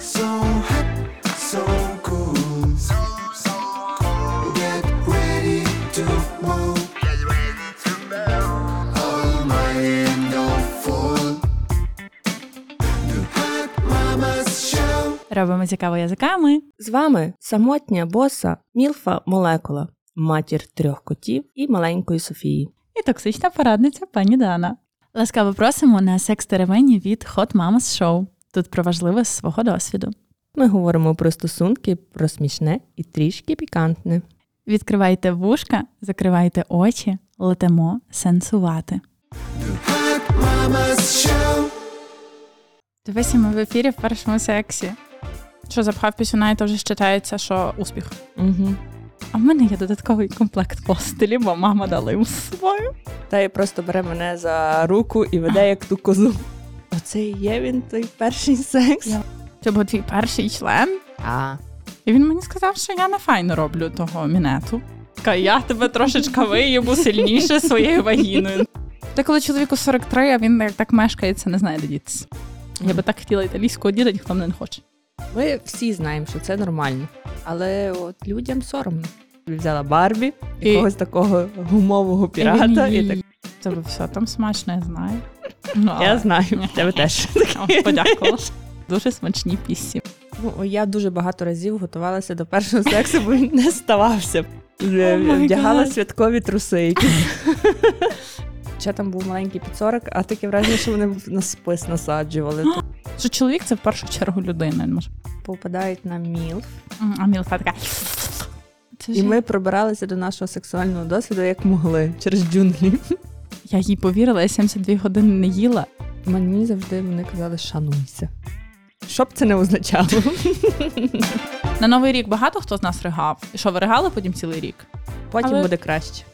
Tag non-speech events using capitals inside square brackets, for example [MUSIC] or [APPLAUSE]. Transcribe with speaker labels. Speaker 1: so hot, so cool. So, so cool. Get ready to move. Get ready to move. All mind all full. The hot mama's show.
Speaker 2: Робимо цікаво язиками.
Speaker 3: З вами самотня боса Мілфа Молекула, матір трьох котів і маленької Софії.
Speaker 2: І токсична порадниця пані Дана. Ласкаво просимо на секс-теревені від Hot Mamas Show. Тут про важливе з свого досвіду.
Speaker 3: Ми говоримо про стосунки, про смішне і трішки пікантне.
Speaker 2: Відкривайте вушка, закривайте очі, летимо сенсувати.
Speaker 1: Hot mama's show.
Speaker 4: Дивися, ми в ефірі в першому сексі. Що запхав пісюна, і то вже считається, що успіх.
Speaker 3: Угу.
Speaker 2: А в мене є додатковий комплект постелі, бо мама дала йому свою.
Speaker 3: Та й просто бере мене за руку і веде як ту козу. Оце і є він той перший секс.
Speaker 4: Я- Це був твій перший член.
Speaker 3: А.
Speaker 4: І він мені сказав, що я не файно роблю того мінету. Така, я тебе трошечка виїбу сильніше своєю вагіною. Та коли чоловіку 43, а він як так мешкається, не знає, де дітись. Я би так хотіла італійського діда, ніхто мене не хоче.
Speaker 3: Ми всі знаємо, що це нормально. Але от людям соромно. Взяла Барбі,
Speaker 4: І-
Speaker 3: якогось такого гумового пірата, і так.
Speaker 4: Це все там смачно, я знаю. Ну,
Speaker 3: Я
Speaker 4: але-
Speaker 3: знаю, тебе теж.
Speaker 4: О, Подякувала. Дуже смачні пісі.
Speaker 3: Ну, я дуже багато разів готувалася до першого сексу, бо він не ставався.
Speaker 4: my
Speaker 3: Вдягала
Speaker 4: God.
Speaker 3: святкові труси. якісь. [LAUGHS] Ще там був маленький підсорок, а таке враження, що вони на спис [GASPS] насаджували. Тут
Speaker 4: Що чоловік це в першу чергу людина. він може-
Speaker 3: Попадають на мілф.
Speaker 4: М, А мілка така. Це ж
Speaker 3: І ми пробиралися до нашого сексуального досвіду як могли через джунглі.
Speaker 4: Я їй повірила, я 72 години не їла.
Speaker 3: Мені завжди вони казали шануйся. Що б це не означало?
Speaker 4: На новий рік багато хто з нас ригав. І що ви ригали потім цілий рік?
Speaker 3: Потім
Speaker 4: Але-
Speaker 3: буде краще.